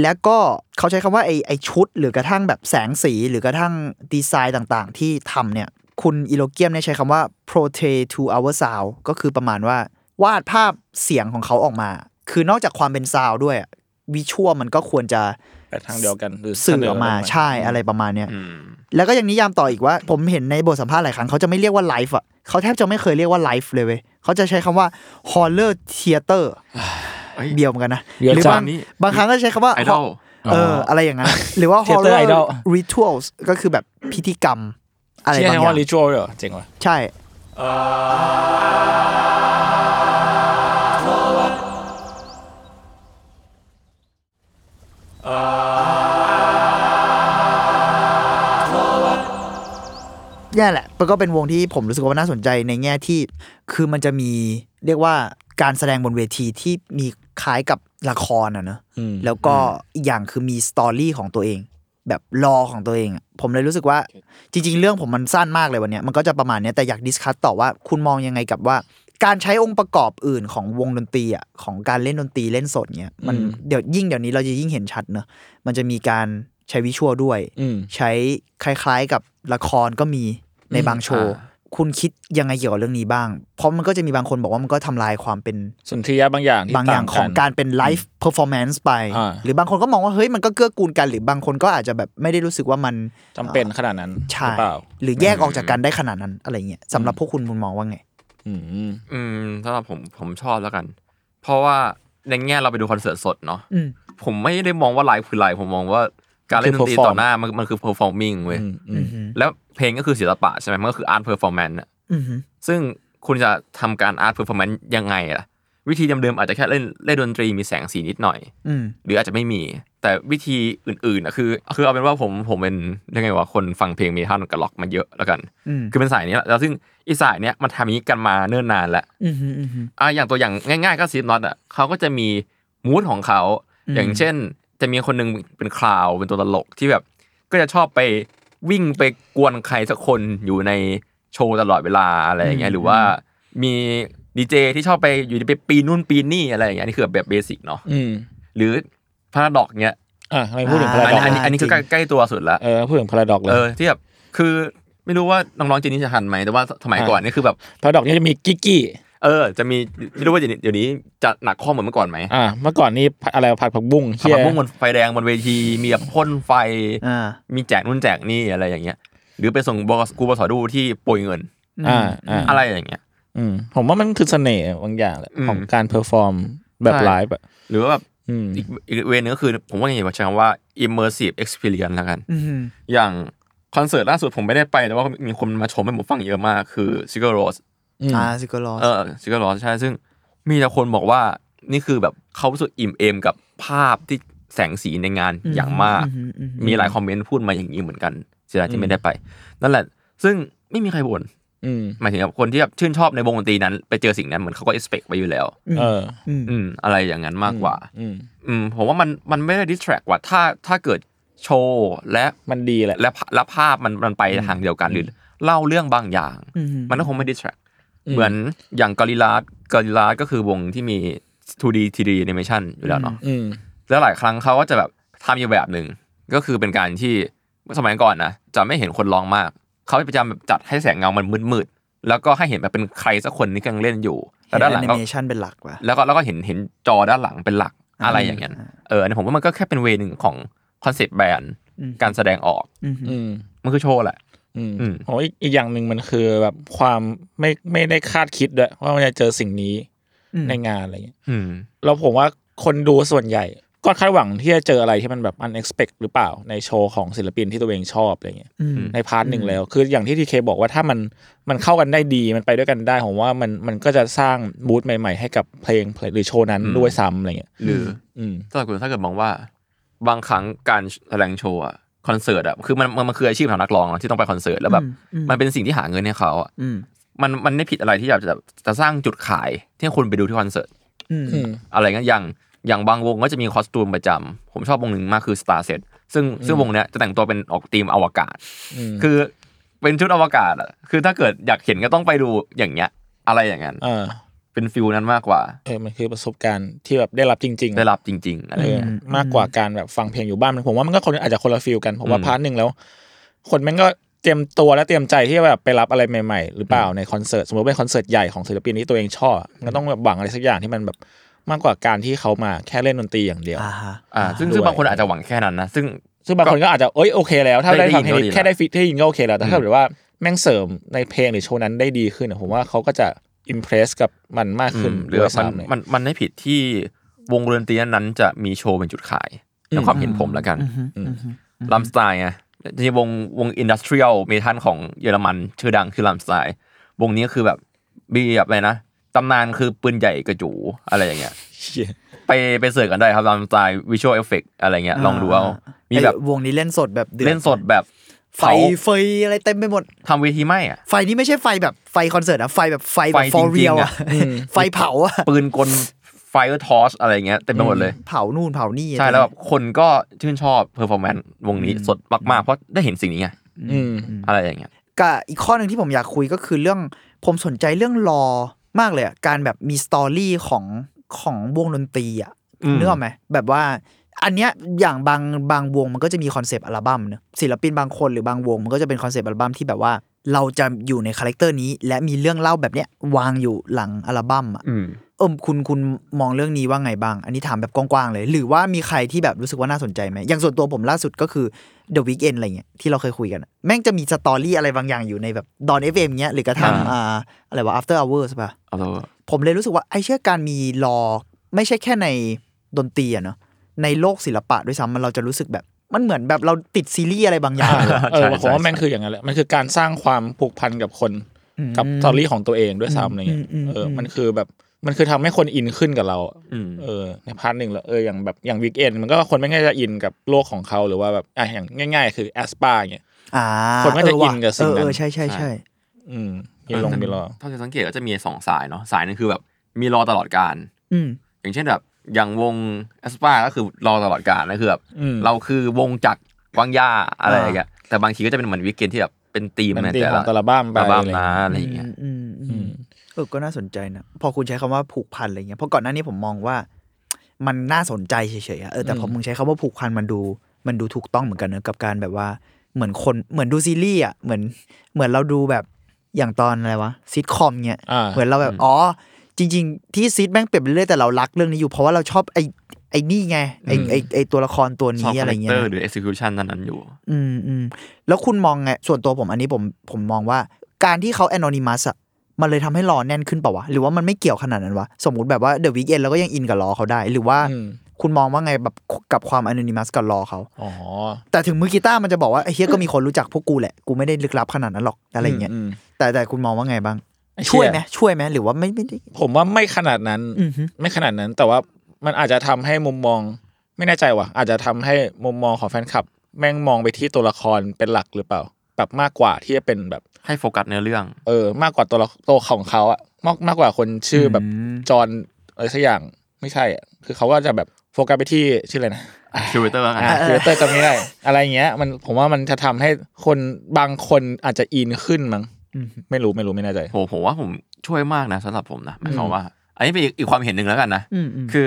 Speaker 4: แล้วก็เขาใช้คำว่าไอ้ไอ้ชุด หรือกระทั่งแบบแสงสีหรือกระทั่งดีไซน์ต่างๆ ที่ทำเนี่ยคุณอิโลเกียมเนี่ยใช้คำว่า portray to our sound ก็คือประมาณว่าวาดภาพเสียงของเขาออกมา คือนอกจากความเป็นซาวด์ด้วยวิชวลมันก็ควรจะ
Speaker 3: ไปทางเดียวกันหรือ
Speaker 4: สื่ออ
Speaker 3: ท
Speaker 4: อง ก
Speaker 3: เดี
Speaker 4: มา
Speaker 3: ยวกัน
Speaker 4: ใช่อะไรประมาณเนี้ย
Speaker 5: อืม
Speaker 4: แล้วก็ยังนิยามต่ออีกว่า ผมเห็นในบทสัมภาษณ์หลายครั้งเขาจะไม่เรียกว่าไลฟ์อ่ะเขาแทบจะไม่เคยเรียกว่าไลฟ์เลยเว้ยเขาจะใช้คำว่าฮอลเลอร์เทเตอร์
Speaker 5: เอ้ย
Speaker 4: เบียวเหมือนกันนะ
Speaker 3: เดี๋ยว
Speaker 4: หรื
Speaker 3: จะ
Speaker 4: บาง
Speaker 5: นี่
Speaker 4: บางครั้งก็ใช้คำว่า
Speaker 5: ไอดอล
Speaker 4: เอออะไรอย่างนั้น หรือว่า
Speaker 3: Theater
Speaker 4: horror
Speaker 3: idol
Speaker 4: rituals ก็คือแบบพิธีกรรม อะไร
Speaker 3: เชี่ย
Speaker 4: บาง
Speaker 3: ให้
Speaker 4: อ
Speaker 3: ว่า
Speaker 4: ย่าง
Speaker 3: ริชวลเหรอเจ๋งว่ะ
Speaker 4: ใช่ เนี่ยแหละมันก็เป็นวงที่ผมรู้สึกว่าน่าสนใจในแง่ที่ คือมันจะมีเรียกว่าการแสดงบนเวทีที่มีคล้ายกับละครอะเนอะแล้วก็อีกอย่างคือมีสตอรี่ของตัวเอง แบบรอของตัวเองอะผมเลยรู้สึกว่าจริง ๆ เรื่องผมมันสั้นมากเลยวันเนี้ยมันก็จะประมาณเนี้ยแต่อยากดิสคัตต่อว่าคุณมองยังไงกับว่า การใช้องค์ประกอบอื่นของวงดนตรีอ่ะของการเล่นดนตรีเล่นสดเนี้ยมันเดี๋ยวยิ่งเดี๋ยวนี้เราจะยิ่งเห็นชัดเนอะมันจะมีการใช้วิชวลด้วย
Speaker 3: อืม
Speaker 4: ใช้คล้ายๆกับละครก็มีในบางโชว์
Speaker 5: อ่
Speaker 4: คุณคิดยังไงเกี่ยวกับเรื่องนี้บ้าง เพราะมันก็จะมีบางคนบอกว่ามันก็ทำลายความเป็น
Speaker 3: สุนทรียะบางอย่างที่
Speaker 4: บางอย่าง
Speaker 3: ต่
Speaker 4: ของการเป็นไลฟ์เพอร์ฟอร์แมนซ์ไป
Speaker 3: อ่า
Speaker 4: หรือบางคนก็มองว่า เฮ้ยมันก็เกื้อกูลกัน หรือบางคนก็อาจจะแบบไม่ได้รู้สึกว่ามัน
Speaker 3: จำเป็นขนาดนั้นห
Speaker 4: ใช่
Speaker 3: รือเปล่า
Speaker 4: หรือแยกออกจากกันได้ขนาดนั้นอะไรเงี้ยสำหรับพวกคุณคุณมองว่าไง
Speaker 3: อืม
Speaker 5: อืมสำหรับผมผมชอบแล้วกัน เพราะว่าในแง่เราไปดูคอนเสิร์ตสดเนาะ
Speaker 4: อืม
Speaker 5: ผมไม่ได้มองว่าไลฟ์คือไลฟ์ผมมองว่าการเล่นดนตรี
Speaker 3: คือ perform
Speaker 5: ต่อหน้ามันมันคือเพอร์ฟอร์มิงเว้ย
Speaker 3: อืมอืม
Speaker 5: แล้วเพลงก็คือศิลปะใช่ไหมมันก็คืออาร์ตเพอร์ฟอร์แมนซ์ะ
Speaker 4: อือหือ
Speaker 5: ซึ่งคุณจะทำการอาร์ตเพอร์ฟอร์แมนซ์ยังไงล่ะ วิธีเดิมๆอาจจะแค่เล่นเล่นดนตรีมีแสงสีนิดหน่อย
Speaker 4: อืม
Speaker 5: หรืออาจจะไม่มี แต่วิธีอื่นๆนะคือ คือเอาเป็นว่าผมผมเป็นยังไงวะคนฟังเพลงเมทัลกับล็อกมาเยอะแล้วกัน
Speaker 4: อืม
Speaker 5: คือเป็นสายนี้แหละแล้วซึ่งอีสายเนี้ยมันทำอย่างนี้กันมาเนิ่นนานแล้ว
Speaker 4: อือหืออือหือ
Speaker 5: อ่ะอย่างตัวอย่างง่ายๆก็ซีฟน็อตอ่ะเขาก็จะมีมูดของเขา
Speaker 4: อืม
Speaker 5: อย่างเช่น จะมีคนหนึงเป็นคลาวเป็นตัวตลกที่แบบ ก็จะชอบไปวิ่งไปกวนใครสักคนอยู่ในโชว์ตลอดเวลาอะไรอย่างเงี้ยหรือว่ามีดีเจที่ชอบไปอยู่ดีไปปีนนู่นปีนนี่อะไรอย่างเงี้ยนี่คือแบบเบสิกเนาะ
Speaker 3: อืม
Speaker 5: หรือพาราดอกเนี้ย
Speaker 3: อ่ะทำไมพูดถึงพารา
Speaker 5: อัน
Speaker 3: ดอ
Speaker 5: นี้
Speaker 3: ก
Speaker 5: อันนี้อันนี้คือใกล้ใกล้ตัวสุดละ
Speaker 3: เออพูดถึงพาราดอกเล
Speaker 5: เอย อที่แบบคือไม่รู้ว่าน้องๆเจนนี่จะทันไหมแต่ว่าสมัยก่อนนี่คือแบบ
Speaker 3: พาราดอกเนี่ยจะมีกิกกี้
Speaker 5: เออ จะมีไม่รู้ว่าเดี๋ยวนี้เดี๋ยวนี้จะหนักข้อเหมือนเมื่อก่อนไหม
Speaker 3: อ่ะเมื่อก่อนนี่อะไรผักผักบุ้ง
Speaker 5: ขับ
Speaker 3: เหี้ย
Speaker 5: มามุ่งบนไฟแดงบนเวทีมีแบบพ่นไฟ
Speaker 4: อ่า
Speaker 5: มีแจกนู่นแจกนี่อะไรอย่างเงี้ย หรือไปส่งบกสกูบสอดูที่โปรยเงิน
Speaker 3: อ่าอ่า
Speaker 5: อะไรอย่างเงี้ย
Speaker 3: อืมผมว่ามันคือเสน่ห์บางอย่างแหละ
Speaker 5: อืม
Speaker 3: ของการเพอร์ฟอร์มแบบ
Speaker 5: ใช่
Speaker 3: ไลฟ์อ่ะ
Speaker 5: หรือว่าแบบ
Speaker 3: อืม
Speaker 5: อีกอีกเวนึงก็คือ ผมว่าไงว่าใช้คำว่า immersive experience แล้วกัน
Speaker 4: อือหือ
Speaker 5: อย่างคอนเสิร์ตล่าสุดผมไม่ได้ไปแต่ว่ามีคนมาชมให้ผมฟังเยอะมากคือ s i g a r o s
Speaker 3: อืม
Speaker 4: อ่าซิกโลส
Speaker 5: เออ s i g a r o s ใช่ ซึ่งมีแต่คนบอกว่านี่คือแบบเขารู้สึกอิ่มเอมกับภาพที่แสงสีในงานอย่างมาก
Speaker 4: อือหือ
Speaker 5: มีหลายคอมเมนต์พูดมาอย่างนี้เหมือนกันเสียดายที่ไม่ได้ไป นั่นแหละ ซึ่งไม่มีใครบ่น
Speaker 3: อืม
Speaker 5: หมายถึงแบบคนที่แบบชื่นชอบในวงดนตรีนั้น ไปเจอสิ่งนั้นเหมือนเขาก็เอ็กซ์เพไว้อยู่แล้ว
Speaker 3: เออ
Speaker 4: อืม
Speaker 5: อืม อะไรอย่างนั้นมากกว่า
Speaker 3: อืม
Speaker 5: อืม ผมว่ามันมันไม่ได้ดิสแทรกว่าถ้าถ้าเกิดโชว์และ
Speaker 3: มันดีแหละ
Speaker 5: และและภาพมันมันไปทางเดียวกันหรือเล่าเรื่องบางอย่าง
Speaker 4: อือหือ
Speaker 5: มันก็คงไม่ดิสแทรกเหมือนอย่างกอริลลากอริลลาก็คือวงที่มี 2D 3D animation อยู่แล้วเนาะ
Speaker 3: อืม
Speaker 5: แล้วหลายครั้งเขาก็จะแบบทำอยู่แบบหนึ่งก็คือเป็นการที่สมัยก่อนนะจะไม่เห็นคนร้องมาก เขาจะพยายามแบบจัดให้แสงเงามันมืดๆแล้วก็ให้เห็นแบบเป็นใครสักคนที่กำลังเล่นอยู่แล้วด้านหลัง
Speaker 4: แอนิ
Speaker 5: ก็
Speaker 4: เมชันเป็นหลักว่ะ
Speaker 5: แล้วก็แล้วก็เห็นเห็นจอด้านหลังเป็นหลักอะไรอย่างเงี้ย
Speaker 4: อ่า
Speaker 5: เอออันนี้ผมว่ามันก็แค่เป็นเวย์หนึ่งของคอนเซปต์แบรนด์การแสดงออก
Speaker 4: อือหือ
Speaker 3: อืม
Speaker 5: มันคือโชว์แหละ
Speaker 3: อืม
Speaker 5: อืม
Speaker 3: โอ้ยอีกอย่างหนึ่งมันคือแบบความไม่ไม่ได้คาดคิดด้วยว่ามันจะเจอสิ่งนี้
Speaker 4: อืม
Speaker 3: ในงานอะไรอย่างเงี้ย
Speaker 5: อืม
Speaker 3: แล้วผมว่าคนดูส่วนใหญ่ ก็คาดหวังที่จะเจออะไรที่มันแบบอัน expect หรือเปล่าในโชว์ของศิลปินที่ตัวเองชอบอะไรเงี้ย
Speaker 4: อืม
Speaker 3: ในพาร์ทหนึ่งแล้ว คืออย่างที่ทีเคบอกว่าถ้ามันมันเข้ากันได้ดีมันไปด้วยกันได้ผมว่ามันมันก็จะสร้างบูธใหม่ ๆ ให้กับเพลงหรือโชว์นั้น
Speaker 5: อืม
Speaker 3: ด้วยซ้ำอะไรเงี้ย
Speaker 5: หรืออ
Speaker 3: อืม
Speaker 5: สำหรับคุณถ้าเกิดมองว่าบางครั้งการแสดงโชว์อะคอนเสิร์ตอะคือมันมันมันคืออาชีพของนักร้องอะที่ต้องไปคอนเสิร์ตแล้วแบบ
Speaker 4: อืม
Speaker 5: มันเป็นสิ่งที่หาเงินให้เขาอะ
Speaker 4: อืม
Speaker 5: มันมันไม่ผิดอะไรที่แบบจะจะสร้างจุดขายที่ให้คนไปดูที่คอนเสิร์ต
Speaker 4: อืม
Speaker 3: อืม
Speaker 5: อะไรเงี้ยอย่างอย่างบางวงก็จะมีคอสตูมประจำผมชอบวงหนึ่งมากคือ Star Set ซึ่งซึ่งวงเนี้ยจะแต่งตัวเป็นออกธีมอวกาศ
Speaker 3: อืม
Speaker 5: คือเป็นชุดอวกาศอ่ะ คือถ้าเกิดอยากเห็นก็ต้องไปดูอย่างเงี้ย อะไรอย่างนั้น
Speaker 3: เออ
Speaker 5: เป็นฟิลนั้นมากกว่า
Speaker 3: เออมันคือประสบการณ์ที่แบบได้รับจริงๆอะ
Speaker 5: ได้รับจริง ๆ อะไร
Speaker 3: เอ
Speaker 5: อย่าง
Speaker 3: อ
Speaker 5: เงี้ย
Speaker 3: มากกว่าการแบบฟังเพลงอยู่บ้านผมว่ามันก็คนอาจจะคนละฟิลกันผมว่า
Speaker 5: อืม
Speaker 3: พาร์ทหนึ่งแล้ว คนแม่งก็เตรียมตัวและเตรียมใจที่จะแบบไปรับอะไรใหม่ๆ หรือเปล่าในคอนเสิร์ตสมมติว่าเป็นคอนเสิร์ตใหญ่ของศิลปินที่ตัวเองชอบมันก็ต้องแบบหวังอะไรสักอย่างที่มันแบบมากกว่าการที่เขามาแค่เล่นดนตรีอย่างเดียว
Speaker 4: อ่าฮะ
Speaker 5: อ่า ซึ่ง
Speaker 3: ด้วย
Speaker 5: ซึ่งบางคนอาจจะหวังแค่นั้นนะ ซึ่ง
Speaker 3: ซึ่งบางคนก็อาจจะเอ้ยโอเคแล้ว ถ้า
Speaker 5: ได้
Speaker 3: ได้
Speaker 5: ได้
Speaker 3: ฟังเพลง
Speaker 5: ยินก็ดี
Speaker 3: นี้
Speaker 5: ละ
Speaker 3: แค่ได้ฟิตได้ยินก็โอเคแล้วแต่ถ้าเกิดว่าแม่งเสริมในเพลงหรือโชว์นั้นได้ดีขึ้นอะผมว่าเขาก็จะอิมเพรสกับมันมาก
Speaker 5: อื
Speaker 3: ขึ้น
Speaker 5: มหรือว่า
Speaker 3: ด้วย
Speaker 5: มัน
Speaker 3: ซ้ำเลย
Speaker 5: มัน มันไม่ผิดที่วงดนตรีนั้นๆจะมีโชว์เป็นจุดขายในความเห็นผมแล้วกันลัมสไตล์ไงจริงๆวงวงอินดัสเทรียลเมทัลของเยอรมันชื่อดังคือลัมสไตล์วงนี้คือแบบมีแบบอะไรนะตำนานคือปืนใหญ่กระจูอะไรอย่างเงี้ย
Speaker 3: เชี่ย
Speaker 5: ไปไปเสิร์ชกันได้ครับตามสไตล์วิชวลเอฟเฟกอะไรเงี้ยลองดูเอา มีแบบ
Speaker 4: ไอ้วงนี้เล่นสดแบบดือ
Speaker 5: เล่นสดแบบ
Speaker 4: ไฟเฟยอะไรเต็มไปหมด
Speaker 5: ทำเวทีไหมอ่ะ
Speaker 4: ไฟนี่ไม่ใช่ไฟแบบไฟคอนเสิร์ตนะไฟแบบไฟแบ
Speaker 5: ไฟ
Speaker 4: บ
Speaker 5: จริ
Speaker 4: for
Speaker 5: งๆ
Speaker 4: real อะ
Speaker 5: อะ
Speaker 4: ไฟเผาอะ
Speaker 5: ปืนกลไฟร์ทอสอะไรเงี้ยเต็มไปหมดเลย
Speaker 4: เผานู่นเผานี่
Speaker 5: ใช่แล้วแบบคนก็ชื่นชอบเพอร์ฟอร์แมนซ์วงนี้สดมากๆ เพราะได้เห็นสิ่งนี้ไง
Speaker 3: อืม
Speaker 5: อะไรอย่างเงี้ย
Speaker 4: กับอีกข้อหนึ่งที่ผมอยากคุยก็คือเรื่องผมสนใจเรื่องรอมากเลยอะการแบบมีสตอรี่ของของวงดนตรีอะ
Speaker 5: อืม
Speaker 4: นึกออกไหมแบบว่า อันเนี้ยอย่างบางบางวงมันก็จะมีคอนเซปต์อัลบั้มเนอะศิลปินบางคนหรือบางวงมันก็จะเป็นคอนเซปต์อัลบั้มที่แบบว่า เราจะอยู่ในคาแรคเตอร์นี้ และมีเรื่องเล่าแบบเนี้ยวางอยู่หลังอัลบั้มอะ
Speaker 5: อืม
Speaker 4: เอิมคุณคุณมองเรื่องนี้ว่าไงบ้าง อันนี้ถามแบบกว้างๆเลย หรือว่ามีใครที่แบบรู้สึกว่าน่าสนใจไหมอย่างส่วนตัวผมล่าสุดก็คือ The Weeknd อะไรเงี้ยที่เราเคยคุยกันอะแม่งจะมีสตอรี่อะไรบางอย่างอยู่ในแบบดอนเอฟเอ็มเงี้ยหรือกระทั่ง
Speaker 5: อ่า
Speaker 4: อ่าอะไรวะ after hours ป่ะ
Speaker 5: เอาตัว
Speaker 4: ผมเลยรู้สึกว่าไอเชื่อการมีรอไม่ใช่แค่ในดนตรีอะเนาะในโลกศิลปะด้วยซ้ำมันเราจะรู้สึกแบบมันเหมือนแบบเราติดซีรีส์อะไรบางอย่าง
Speaker 3: เอ
Speaker 5: ใช่
Speaker 3: อผมว่า
Speaker 5: ใช่
Speaker 3: แม่งคืออย่างนั้นแหละมันคือการสร้างความผูกพันกับคนกับสตอรี่ของตัวเองด้วยซ้ำอะไรเงี้ย
Speaker 4: อืมอืมอืม
Speaker 3: เออมันคือแบบมันคือทำให้คนอินขึ้นกับเราอะ
Speaker 5: อืม
Speaker 3: เออในพาร์ทหนึ่งเหรอเอออย่างแบบอย่างวิกเอนมันก็คนไม่ง่ายจะอินกับโลกของเขาหรือว่าแบบอ่ะอย่างง่าย ๆ คือแอสปาเงี้ย
Speaker 4: อ่า
Speaker 3: คนก็จะ
Speaker 4: เว่
Speaker 3: อินกับสิ่งนั้น
Speaker 4: เออเออใช่ใช่ใช่
Speaker 3: อืมมีลงมีรอ
Speaker 5: เท่าที่สังเกตก็จะมีสองสายเนาะ สายหนึงคือแบบมีรอตลอดการ
Speaker 4: อืม
Speaker 5: อย่างเช่นแบบ อย่างวงแอสปาก็คือรอตลอดการนะคือแบบ
Speaker 3: อืม
Speaker 5: เราคือวงจากวางยาอะไรอย่างเงี้ย แต่บางทีก็จะเป็นเหมือนวิกเกนที่แบบเป็นธีม
Speaker 3: เป็น
Speaker 5: ใน
Speaker 3: ธีมของแต่ละอัลบั้มไป
Speaker 5: อัลบั้มนะอะไรอย่างเงี้ย
Speaker 4: อืมอืม
Speaker 3: อื
Speaker 4: อื
Speaker 3: ม
Speaker 4: มเออก็น่าสนใจนะพอคุณใช้คำว่าผูกพันอะไรเงี้ยเพราะก่อนหน้านี้ผมมองว่า มันน่าสนใจเฉยๆอะเออแต่พอมึงใช้คำว่าผูกพันมันดู มันดูถูกต้องเหมือนกันเนอะกับการแบบว่าเหมือนคนเหมือนดูซีรีส์อ่ะเหมือนเหมือนเราดูแบบอย่างตอนอะไรวะซิทคอมเงี้ย
Speaker 3: อ่า
Speaker 4: เหมือนเราแบบอ๋อ จริง ๆ ที่ซีดแม่งเปลี่ยนไปเรื่อยแต่เรารักเรื่องนี้อยู่ เพราะว่าเราชอบไอ้ไอ้นี่ไงไอ้ไอ้ไอ้ตัวละครตัว
Speaker 5: ชอบ
Speaker 4: นี้
Speaker 5: คา
Speaker 4: อะไร
Speaker 5: แรค
Speaker 4: เงี้
Speaker 5: เต
Speaker 4: ย
Speaker 5: อ
Speaker 4: นะ
Speaker 5: ร์หรือ execution นั้นนั้นๆอยู่
Speaker 4: อืมอืมแล้วคุณมองไง ส่วนตัวผมอันนี้ผมผมมองว่าการที่เขาแอน n นิมัสอะมันเลยทำให้รอแน่นขึ้นเปล่าวะ หรือว่ามันไม่เกี่ยวขนาดนั้นวะ สมมติแบบว่าเดอะวิกเอนเราก็ยังอินกับรอเขาได้ หรือว่า
Speaker 3: อืม
Speaker 4: คุณมองว่าไงแบบกับความแอน n นิมัสกับรอเขา
Speaker 3: อ๋อ
Speaker 4: แต่ถึงมือกีตาร์มันจะบอกว่าไอ้เฮียก็มีคนรู้จักพวกกูแหละ กูไม่ได้ลึกลับขนาดนั้นหรอกอะไรอย่างเงี้ย
Speaker 3: ม
Speaker 4: แต่แต่คุณมองว่าไงบ้าง
Speaker 3: อ้เ
Speaker 4: ช่วยไหมช่วยไหมหรือว่าไม่ไม่ได้
Speaker 3: ผมว่าไม่ขนาดนั้น
Speaker 4: อือฮึ
Speaker 3: ไม่ขนาดนั้น แต่ว่ามันอาจจะทำให้มุมมอง ไม่แน่ใจว่ะ อาจจะทำให้มุมมองของแฟนคลับ แม่งมองไปที่ตัวละครเป็นหลักหรือเปล่า แบบมากกว่าที่จะเป็นแบบ
Speaker 5: ให้โฟกัสในเรื่อง
Speaker 3: เออมากกว่าตัวละตัวของเขาอะมากมากกว่าคนชื่อแบบจอห์นอะไรสักอย่างไม่ใช่อะคือเขาก็จะแบบโฟกัสไปที่ชื่ออะไรนะ
Speaker 5: คิวเตอร์กัน
Speaker 3: อ่าครีเอเตอร์จำไม่ได้ อะไรเงี้ย มันผมว่ามันจะทำให้คนบางคนอาจจะอินขึ้นมั้งไม่รู้ไม่รู้ไม่แน่ใจ
Speaker 5: โหผมว่าผมช่วยมากนะสำหรับผมนะหมายความว่า อันนี้เป็นอีกอีกความเห็นหนึ่งแล้วกันนะ
Speaker 4: อืมอืม
Speaker 5: คือ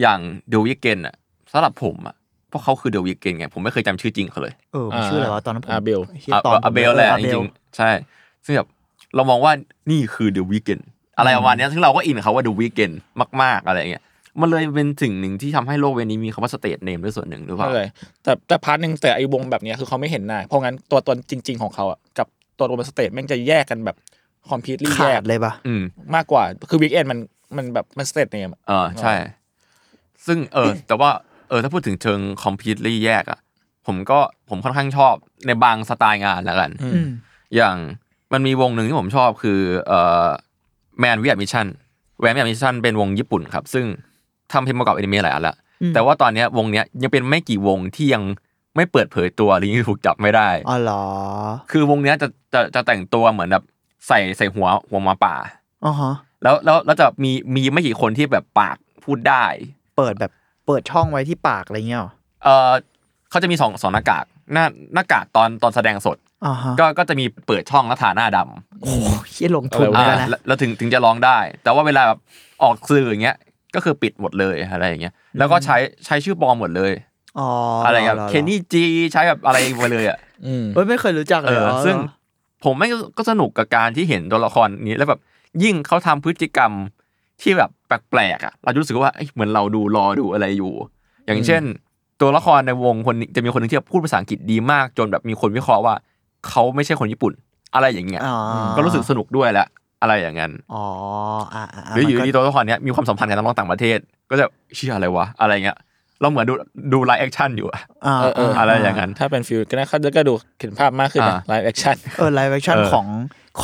Speaker 5: อย่างเดวิกเกนอะสำหรับผมอะเพราะเขาคือเดวิกเกนไง ผมไม่เคยจำชื่อจริงเขาเลย
Speaker 4: เออมันชื่ออะไรวะตอนนั้นผม
Speaker 3: อาเบล
Speaker 4: หี้ยตนผม
Speaker 5: อาเบลแหละ
Speaker 4: อา
Speaker 5: จ
Speaker 4: เบล
Speaker 5: ริงๆใช่ ซึ่งแบบเรามองว่านี่คือเดวิกเกนอะไรประมาณเนี้ยซึ่งเราก็อินกับเขาว่าเดวิกเกนมาก ๆอะไรอย่างเงี้ยมันเลยเป็นสิ่งหนึ่งที่ทำให้โลกเวนี้มีคำว่าสเตทเนมด้วยส่วนหนึ่งหรือเปล่า
Speaker 3: ไม่เลยแต่แต่พาร์ทหนึ่งแต่ไอ้วงแบบเนี้ยคือเขาไม่เห็นหน้าเพราะงั้นตัวตนจริง ๆของเขาอ่ะกับตัวตนบนสเตจแม่งจะแยกกันแบบคอมพิวต์แย
Speaker 4: ขาก ดเลยปะ
Speaker 5: อืม
Speaker 3: มากกว่าคือวิกเอนมันมันแบบมันสเตจเนม
Speaker 5: เออใช่ ซึ่งเออ แต่ว่าเออถ้าพูดถึงเชิงคอมพิวต์แยกอะผมก็ผมค่อนข้างชอบในบางสไตล์งานแล้วกัน
Speaker 4: ม
Speaker 5: อย่างมันมีวงหนึ่งที่ผมชอบคือเอ่อแมนวิทมิชชั่นแวนวิทมิชชั่นเป็นวงญี่ปุ่นครับ ซึ่งทำเพลงประกอบอนิเมะหลายอันละแต่ว่าตอนเนี้ยวงเนี้ยยังเป็นไม่กี่วงที่ยังไม่เปิดเผยตัวหรือยังถูกจับไม่ได้
Speaker 4: อ๋อเหรอ
Speaker 5: คือวงเนี้ยจะจะจะแต่งตัวเหมือนแบบใส่ใส่หัวหัวหมาป่า
Speaker 4: อ๋อฮะ
Speaker 5: แล้วแล้วแล้วจะมีมีไม่กี่คนที่แบบปากพูดได้
Speaker 4: เปิดแบบเปิดช่องไว้ที่ปากอะไรเงี้ยเหรอ
Speaker 5: เอ่อ เขาจะมีสองสองหน้ากากหน้าหน้ากากตอนตอนแสดงสด
Speaker 4: อ่าฮะ
Speaker 5: ก็ก็จะมีเปิดช่องแล้วทาหน้าดำ
Speaker 4: โอ้ยเหี้ยลงทุน
Speaker 5: อ่า
Speaker 4: ไปแล้วนะ
Speaker 5: แล้วแล้วถึงถึงจะร้องได้ แต่ว่าเวลาแบบออกสื่ออย่างเงี้ยก็คือปิดหมดเลยอะไรอย่างเงี้ยแล้วก็ใช้ใช้ชื่อปลอมหมดเลย
Speaker 4: อ๋อ
Speaker 5: อะไรเงี้ย
Speaker 4: ห
Speaker 5: เคนนี่จีใช้แบบอะไรไปเลยอ่ะ
Speaker 3: อืม
Speaker 4: เอ้ยไม่เคยรู้จัก
Speaker 5: เอ
Speaker 4: เลย
Speaker 5: อ
Speaker 4: เหรอ
Speaker 5: ซึ่งผมแม่งก็สนุกกับการที่เห็นตัวละครนี้แล้วแบบยิ่งเขาทำพฤติกรรมที่แบบแปลกๆอ่ะเรารู้สึกว่าเอ้ยเหมือนเราดูรอดูอะไรอยู่ อย่างเช่น ตัวละครในวงคนนี้จะมีคนหนึงที่แบบพูดภาษาอังกฤษดีมาก จนแบบมีคนวิเคราะห์ว่าเขาไม่ใช่คนญี่ปุ่น อะไรอย่างเงี้ย
Speaker 4: อ๋อ
Speaker 5: ก็รู้สึกสนุกด้วยแหละอะไรอย่างนั้น
Speaker 4: อ๋ออ่าอ่า
Speaker 5: หรืออยู่
Speaker 4: มัน
Speaker 5: ดี
Speaker 4: ก็
Speaker 5: ตัวละครเนี้ยมีความสัมพันธ์กับนักร้องต่างประเทศ ก็จะเชื่ออะไรวะอะไรเงี้ยเราเหมือนดูดูไลฟ์แอคชั่นอยู่อะ
Speaker 4: อ่า
Speaker 3: เออเออ
Speaker 5: อะไรอย่างนั้น
Speaker 3: ถ้าเป็นฟิลก็นะครับแล้วก็ดูเห็นภาพมากขึ้น
Speaker 5: อ่า
Speaker 3: ไลฟ์แอคชั่น
Speaker 4: เออไลฟ์แอคชั่น
Speaker 5: เออ
Speaker 4: ของ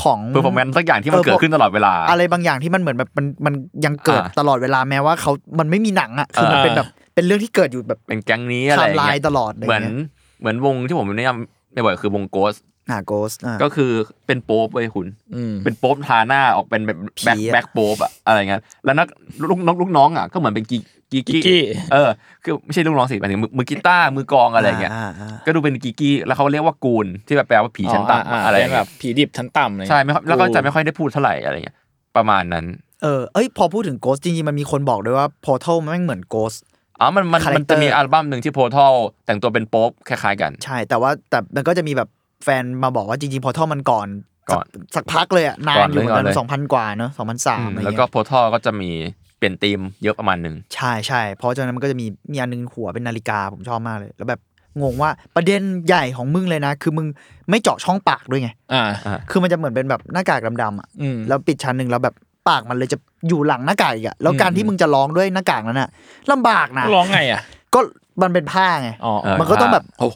Speaker 4: ของ
Speaker 5: เพอร์ฟอร์แมนซ์สักอย่างที่มัน
Speaker 4: เออ
Speaker 5: เกิดขึ้นตลอดเวลา
Speaker 4: อะไรบางอย่างที่มันเหมือนแบบมันมันยังเกิด
Speaker 5: อ่า
Speaker 4: ตลอดเวลาแม้ว่าเขามันไม่มีหนังอ่ะคือมัน
Speaker 3: เออ
Speaker 4: เป็นแบบเป็นเรื่องที่เกิดอยู่แบบ
Speaker 5: เป็นแก๊งนี้อะไรอย่าง
Speaker 4: ไทม์ไล
Speaker 5: เงี้
Speaker 4: น์
Speaker 5: ย
Speaker 4: ตลอดอะไร
Speaker 5: เหมือน
Speaker 4: เงี้ย
Speaker 5: เหมือนวงที่ผมแนะนำไม่บ่อยคือวงโกส
Speaker 4: อ่าโกสอ่า
Speaker 5: ก็คือเป็นโป๊ปเว้ยคุณ
Speaker 3: อืม
Speaker 5: เป็นโป๊ปทาหน้าออกเป็นแบบ
Speaker 4: ผี
Speaker 5: แบ็ค
Speaker 4: อะ
Speaker 5: แบ็คโป๊ปอะอะไรเงี้ยแล้วนักลูกน้องลูกน้องอ่ะก็เหมือนเป็นกีกี
Speaker 3: กีกี้
Speaker 5: เออคือไม่ใช่ลูกน้องสิหมายถึงมือมือกีตาร์มือกลองอะไรเงี้ย
Speaker 4: าา
Speaker 5: ก็ดูเป็นกีกี้แล้วเขาเรียกว่ากูนที่แบบแปลว่าผีชั้นต่ำอะไร
Speaker 3: เป็นแบ
Speaker 5: เงี้
Speaker 3: บ
Speaker 5: ย
Speaker 3: ผีดิบชั้นต่ำอะไรเงี้ย
Speaker 5: ใช่ไม่ค่อยแล้วก็จะไม่ค่อยได้พูดเท่าไหร่อะไรเงี้ยประมาณนั้น
Speaker 4: เออ เอ้ย พอพูดถึงโกสจริงๆ มันมีคนบอกด้วยว่า Portal มันแม่งเหมือนโกส
Speaker 5: อ๋อมันมันมันจะมี
Speaker 4: Character
Speaker 5: อัลบั้มหนึ่งที่โพทอลแต่งตัวเป็นโป๊ปคล้ายๆกัน
Speaker 4: ใช่ แต่ว่าแต่มันก็จะมีแบบแฟนมาบอกว่าจริงๆ Portal มันก่อน
Speaker 5: ก่อน
Speaker 4: สัสักพักเลยอะนาน
Speaker 5: ก่อน
Speaker 4: อ
Speaker 5: เลย
Speaker 4: ยู่เหมือนกั
Speaker 5: ก่อนเลย
Speaker 4: นสองพันกว่าเนอะสองพันสา
Speaker 5: อื
Speaker 4: ม
Speaker 5: ม
Speaker 4: อะไร
Speaker 5: แล้ว
Speaker 4: เงี้
Speaker 5: ก็
Speaker 4: ย
Speaker 5: โพทอลก็จะมีเปลี่ยนธีมเยอะประมาณหนึ่ง
Speaker 4: ใช่ใช่เพราะฉะนั้นมันก็จะมีมีอันนึงหัวเป็นนาฬิกาผมชอบมากเลย แล้วแบบงงว่าประเด็นใหญ่ของมึงเลยนะ คือมึงไม่เจาะช่องปากด้วยไง
Speaker 3: อ่า
Speaker 4: คือมันจะเหมือนเป็นแบบหน้ากากดำๆอะ
Speaker 3: อืม
Speaker 4: แล้วปิดชั้นหนึ่งแล้วแบบปากมันเลยจะอยู่หลังหน้ากากอีกอะแล้วการที่มึงจะร้องด้วยหน้ากากนั้นอะลำบากนะ
Speaker 3: ร้องไงอ่ะ
Speaker 4: ก็มันเป็นผ้าไง
Speaker 3: อ๋อ
Speaker 4: มันก็ต้องแบบ
Speaker 3: โอ้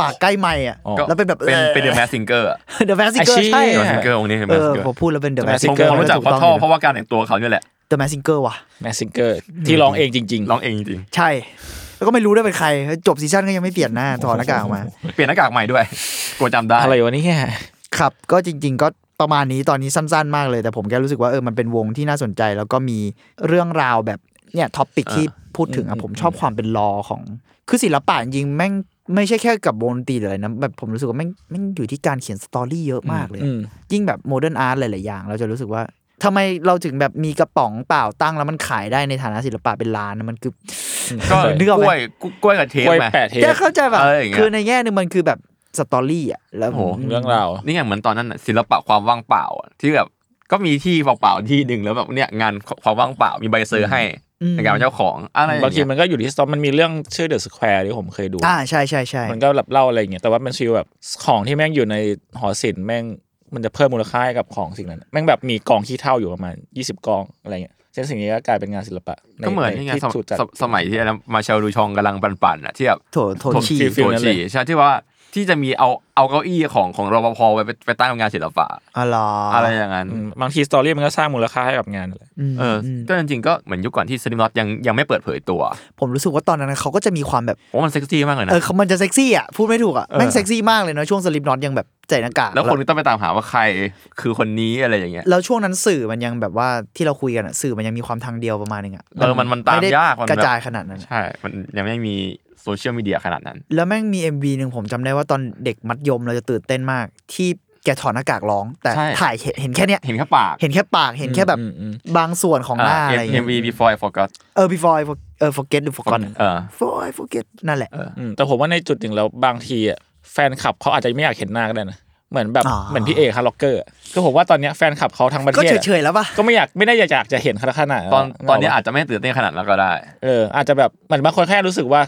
Speaker 4: ปากใกล้ไม่อะ
Speaker 3: อ๋อ
Speaker 4: แล้วเป็นแบบ
Speaker 5: เป็นเป็นเดอะแมสซิงเกอร์
Speaker 4: เดอะแมสซิงเกอ
Speaker 3: ไอ้เชี่
Speaker 4: ร์
Speaker 3: ย
Speaker 4: ใช่
Speaker 5: เดอะแมสซิงเกอร์องค์นี้เดอะ
Speaker 4: เอ
Speaker 5: แม
Speaker 4: อ
Speaker 5: สซิง
Speaker 4: ผ
Speaker 5: เกอร์
Speaker 4: มพูดแล้วเป็นเดอะแมส
Speaker 5: ผ
Speaker 4: ซิง
Speaker 5: ม
Speaker 4: เกอร์
Speaker 5: คงรู้จักเพราะท่อเพราะว่าการแต่งตัวเขาเนี่ยแหละ
Speaker 4: เดอะแมสซิงเกอร์ว่ะ
Speaker 3: แมสซิงเกอร์ที่ร้องเองจริง
Speaker 5: ร้องเองจริง
Speaker 4: ใช่ แล้วก็ไม่รู้ด้วยเป็นใคร จบซีซั่นก็ยังไม่เปลี่ยนหน้าถอดหน้ากากออกมา
Speaker 5: ๆ เปลี่ยนหน้ากากใหม่ด้วย กลัวจำได้
Speaker 3: ๆ อะไรวะเนี่ย
Speaker 4: ครับ ก็จริง ๆ ก็ประมาณนี้ตอนนี้สั้น ๆ มากเลย แต่ผมแค่รู้สึกว่าเออมันเป็นวงที่น่าสนใจ แล้วก็มีเรื่องราวแบบเนี่ยท็อปิกที่พูดถึงอะผมชอบความเป็นลอของ คือศิลปะจริงๆแม่งไม่ใช่แค่กับวงดนตรีเลยนะแบบผมรู้สึกว่าแม่งแม่งอยู่ที่การเขียนสตอรี่เยอะมากเลยอะ
Speaker 3: อืม
Speaker 4: ยิ่งแบบโมเดิร์นอาร์ตหลาย ๆ อย่าง เราจะรู้สึกว่าทำไมเราถึงแบบมีกระป๋องเปล่าตั้งแล้วมันขายได้ในฐานะศิลปะเป็นล้านนะมันคือ
Speaker 5: ก็
Speaker 4: นึกออก
Speaker 5: ก
Speaker 4: ไหม
Speaker 5: ล้วยกล้วยกับเทป
Speaker 3: กล้วย
Speaker 5: ไหม
Speaker 3: แปดเทป
Speaker 4: จะเข้าใจแบบ
Speaker 5: อะไรอย่างเงี้ย
Speaker 4: คือในแง่หนึงมันคือแบบสตอรี่อ่ะแล้ว
Speaker 5: โอ้โห
Speaker 3: เรื่องราว
Speaker 5: นี่ไงเหมือนตอนนั้นน่ะศิลปะความว่างเปล่าอะที่แบบก็มีที่เปล่าๆที่หนึ่งแล้วแบบเนี่ยงานความว่างเปล่ามีใบเซอร์ให้
Speaker 4: อืม
Speaker 5: ในการเป็นเจ้าของอะไรอย่า
Speaker 3: บาง
Speaker 5: ง
Speaker 3: ที
Speaker 5: เงี้ย
Speaker 3: มันก็อยู่ที่สต็อกมันมีเรื่องชื่อเดอะสแควร์ที่ผมเคยดู
Speaker 4: อ่าใช่ใช่ใช่
Speaker 3: มันก็แบบเล่าอะไรอย่างเงี้ยแต่ว่ามันฟีลแบบของที่แม่งอยู่ในหอศิลป์แม่งมันจะเพิ่มมูลค่าให้กับของสิ่งนั้น แม่งแบบมีกองขี้เท่าอยู่ประมาณ 20 กองอะไรเงี้ยเช่นสิ่งนี้ก็กลายเป็นงานศิลปะใ
Speaker 5: ก็เหมือนนี่ไง
Speaker 3: ที่
Speaker 5: สม
Speaker 3: ถูกจัด
Speaker 5: สมสมัยที่อะไรนะมาเชลดูชองกำลังปั่นๆอ่ะที่แบบ
Speaker 4: โถโถชี
Speaker 3: ฟีลฟีล
Speaker 5: ตัว
Speaker 3: นั้นเล
Speaker 5: ฉี
Speaker 3: ย
Speaker 5: ใช่ที่ว่าที่จะมีเอาเอาเก้าอี้ของของรปภไปไปไปตั้งงานศิลปะ
Speaker 4: อ๋อเหรออ
Speaker 5: อะไรอย่างนั้น
Speaker 3: อืมบางทีสตอรี่มันก็สร้างมูลค่าให้กับงานนั่นแหละ
Speaker 4: ม
Speaker 5: เอออ
Speaker 4: ม
Speaker 5: ก็จริงๆก็เหมือนยุคก่อนที่สลิมน็อตยังยังไม่เปิดเผยตัว
Speaker 4: ผมรู้สึกว่าตอนนั้นเขาก็จะมีความแบบ
Speaker 5: โอ้มันเซ็กซี่มากเลยนะ
Speaker 4: เออเขามันจะเซ็กซี่อ่ะพูดไม่ถูกอ่ะ
Speaker 5: เออ
Speaker 4: แม่งเซ็กซี่มากเลยเนอะช่วงสลิปน็อตยังแบบใส่หน้ากาก
Speaker 5: แล้วคนก็ต้องไปตามหาว่าใครคือคนนี้อะไรอย่างเงี้ย
Speaker 4: แล้วช่วงนั้นสื่อมันยังแบบว่าที่เราคุยกันอะสื่อมันยังมีความทางเดียวประมาณนึงอ่ะ
Speaker 5: เออมันมันตาม
Speaker 4: ไได้
Speaker 5: ยากมัน
Speaker 4: กระจาย
Speaker 5: แบบ
Speaker 4: ขนาดนั้นอะ
Speaker 5: ใช่ มันยังไม่มีโซเชียลมีเดียขนาดนั้น
Speaker 4: แล้วแม่งมี MV หนึ่งผมจำได้ว่าตอนเด็กมัธยมเราจะตื่นเต้นมาก ที่แกถอดหน้ากากร้อง แต่
Speaker 5: ใช่
Speaker 4: ถ่ายเห็นเห็นแค่เนี้ย
Speaker 5: เห็นแค่ปาก
Speaker 4: เห็นแค่ปากเห็นแค่แบบ
Speaker 3: อืมอืม
Speaker 4: บางส่วนของหน้าอะไรอย่าง
Speaker 5: เอ็
Speaker 4: เงี้
Speaker 5: ม
Speaker 4: ย
Speaker 5: วีบีฟอยฟอร์ก็
Speaker 4: เออ before I for- เออ forget หรือ forgot
Speaker 5: เออ
Speaker 4: before I forget นั่นแหละ
Speaker 3: อืมแต่ผมว่าในจุดหนึ่งแล้วบางทีอ่ะแฟนคลับเขาอาจจะไม่อยากเห็นหน้าก็ได้นะเหมือนแบบ
Speaker 4: อ๋อ
Speaker 3: เหมือนพี่เอฮาร์ล็อกเกอร์อะก็ผมว่าตอนเนี้ยแฟนคลับเขาทั้งประ
Speaker 4: ก็
Speaker 3: เทศอะ
Speaker 4: เฉยๆแล้วป่ะ
Speaker 3: ก็ไม่อยากไม่ได้อยากจะเห็นเขาขนาด
Speaker 5: ตอนตอนนี้
Speaker 3: กกปะ
Speaker 5: อาจจะไม่ตื่นเต้นขนาดนั้นก็ได้
Speaker 3: เอออาจจะแบบเหมือนบางคนแค่รู้สึกว่า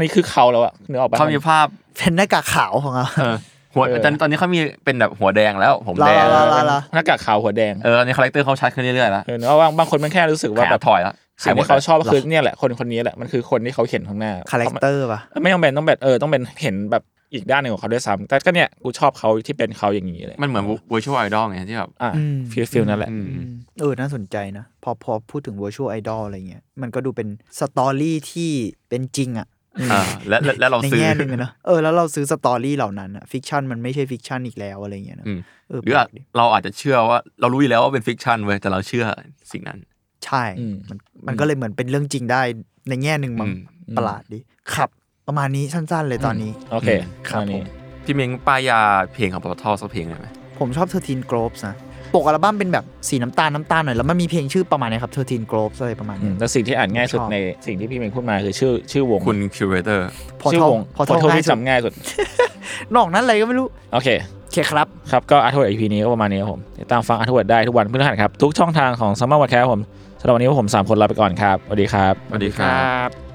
Speaker 3: นี่คือเขาแล้วอะนึกออกปะ
Speaker 5: เขามีภาพ
Speaker 4: เป็นหน้ากากขาวของเรา
Speaker 5: เออหัวตอนตอนนี้เขามีเป็นแบบหัวแดงแล้วผม
Speaker 4: ลา
Speaker 5: แดง
Speaker 4: ลาลาลา
Speaker 3: หน้ากากขาวหัวแดง
Speaker 5: เออในคาแรคเตอร์เขาชัดขึ้นเรื่อยๆแล้ว
Speaker 3: เออนึกออกว่าบางคนมันแค่รู้สึกว่า
Speaker 5: ขา
Speaker 3: แบบ
Speaker 5: ถอยแล้ว
Speaker 3: สิ่งที่เขาชอบคือเนี่ยแหละคนคนนี้แหละมันคือคนที่เขาเห็นข้างหน้า
Speaker 4: คาแรคเตอร์ป่ะ
Speaker 3: ไม่ต้องเป็นต้องแบบเออต้องเป็นเห็นแบบอีกด้านหนึ่งของเขาด้วยซ้ำแต่ก็เนี่ยกูชอบเขาที่เป็นเขาอย่างนี้เลย
Speaker 5: มันเหมือน virtual idol ไงที่แบบ
Speaker 3: อ่ะ
Speaker 4: อืม
Speaker 3: ฟิลฟิลนั่นแหละ
Speaker 4: เออ น่าสนใจนะ พอพอพูดถึง virtual idol อะไรเงี้ยมันก็ดูเป็นสตอรี่ที่เป็นจริงอ่ะ
Speaker 5: อ่าและและและเรา
Speaker 4: ใน
Speaker 5: ซื้อ
Speaker 4: แง่หนึงอะเนอะเออแล้วเราซื้อสตอรี่เหล่านั้นอะฟิกชันมันไม่ใช่ฟิกชันอีกแล้วอะไรเงี้ยนะ
Speaker 5: อืม
Speaker 4: เออ
Speaker 5: หรืออาจ
Speaker 4: แปลกดิ
Speaker 5: เราอาจจะเชื่อว่าเรารู้อยู่แล้วว่าเป็นฟิกชันเว้ยแต่เราเชื่อสิ่งนั้น
Speaker 4: ใช่
Speaker 3: อืม
Speaker 4: มันมันก็เลยเหมือนเป็นเรื่องจริงได้ในแง่หนึ่งมัน
Speaker 5: อืม
Speaker 4: ประหลาดดิครับ ประมาณนี้สั้นๆ เลยตอนนี้
Speaker 3: โอเค
Speaker 4: ครับ
Speaker 3: อันนี้
Speaker 4: ผม
Speaker 5: พี่เม้งป้ายยาเพลงของปตทสักเพลงได้ไหม
Speaker 4: ผมชอบเทอร์ทีนกรอบนะปกอัลบั้มเป็นแบบสีน้ำตาลน้ำตาลหน่อยแล้วมันมีเพลงชื่อประมาณเนี้ยครับเทอร์ทีนกรอบอะไรประมาณ
Speaker 3: อื
Speaker 4: เนี้
Speaker 3: ม
Speaker 4: ย
Speaker 3: แต่สิ่งที่อ่านง่ายสุด
Speaker 4: ชอบ
Speaker 3: ในสิ่งที่พี่เมงพูดมาคือชื่อชื่อวง
Speaker 5: คุณคิวเรเตอร์
Speaker 4: พอ
Speaker 3: ชื่อ
Speaker 4: ท่อง
Speaker 3: วง
Speaker 4: พอท่อง
Speaker 3: โทษ
Speaker 4: ง่าย
Speaker 3: ที่
Speaker 4: สุด
Speaker 3: จำง่ายสุด
Speaker 4: นอกนั้นอะไรก็ไม่รู้
Speaker 3: โอเค
Speaker 4: โอเคครับ
Speaker 3: ครับ ก็อาร์ทเวิร์ดอีพีนี้ก็ประมาณนี้ครับผมติดตามฟังอาร์ทเวิร์ดได้ทุกวันพฤหัสครับ ทุกช่องทางของซัมเมอร์วัดแคร์ผมสำหรับวันนี้พวกผม 3 คนลาไปก่อนครับ สวัสดีครับ
Speaker 5: สวัสดีครับ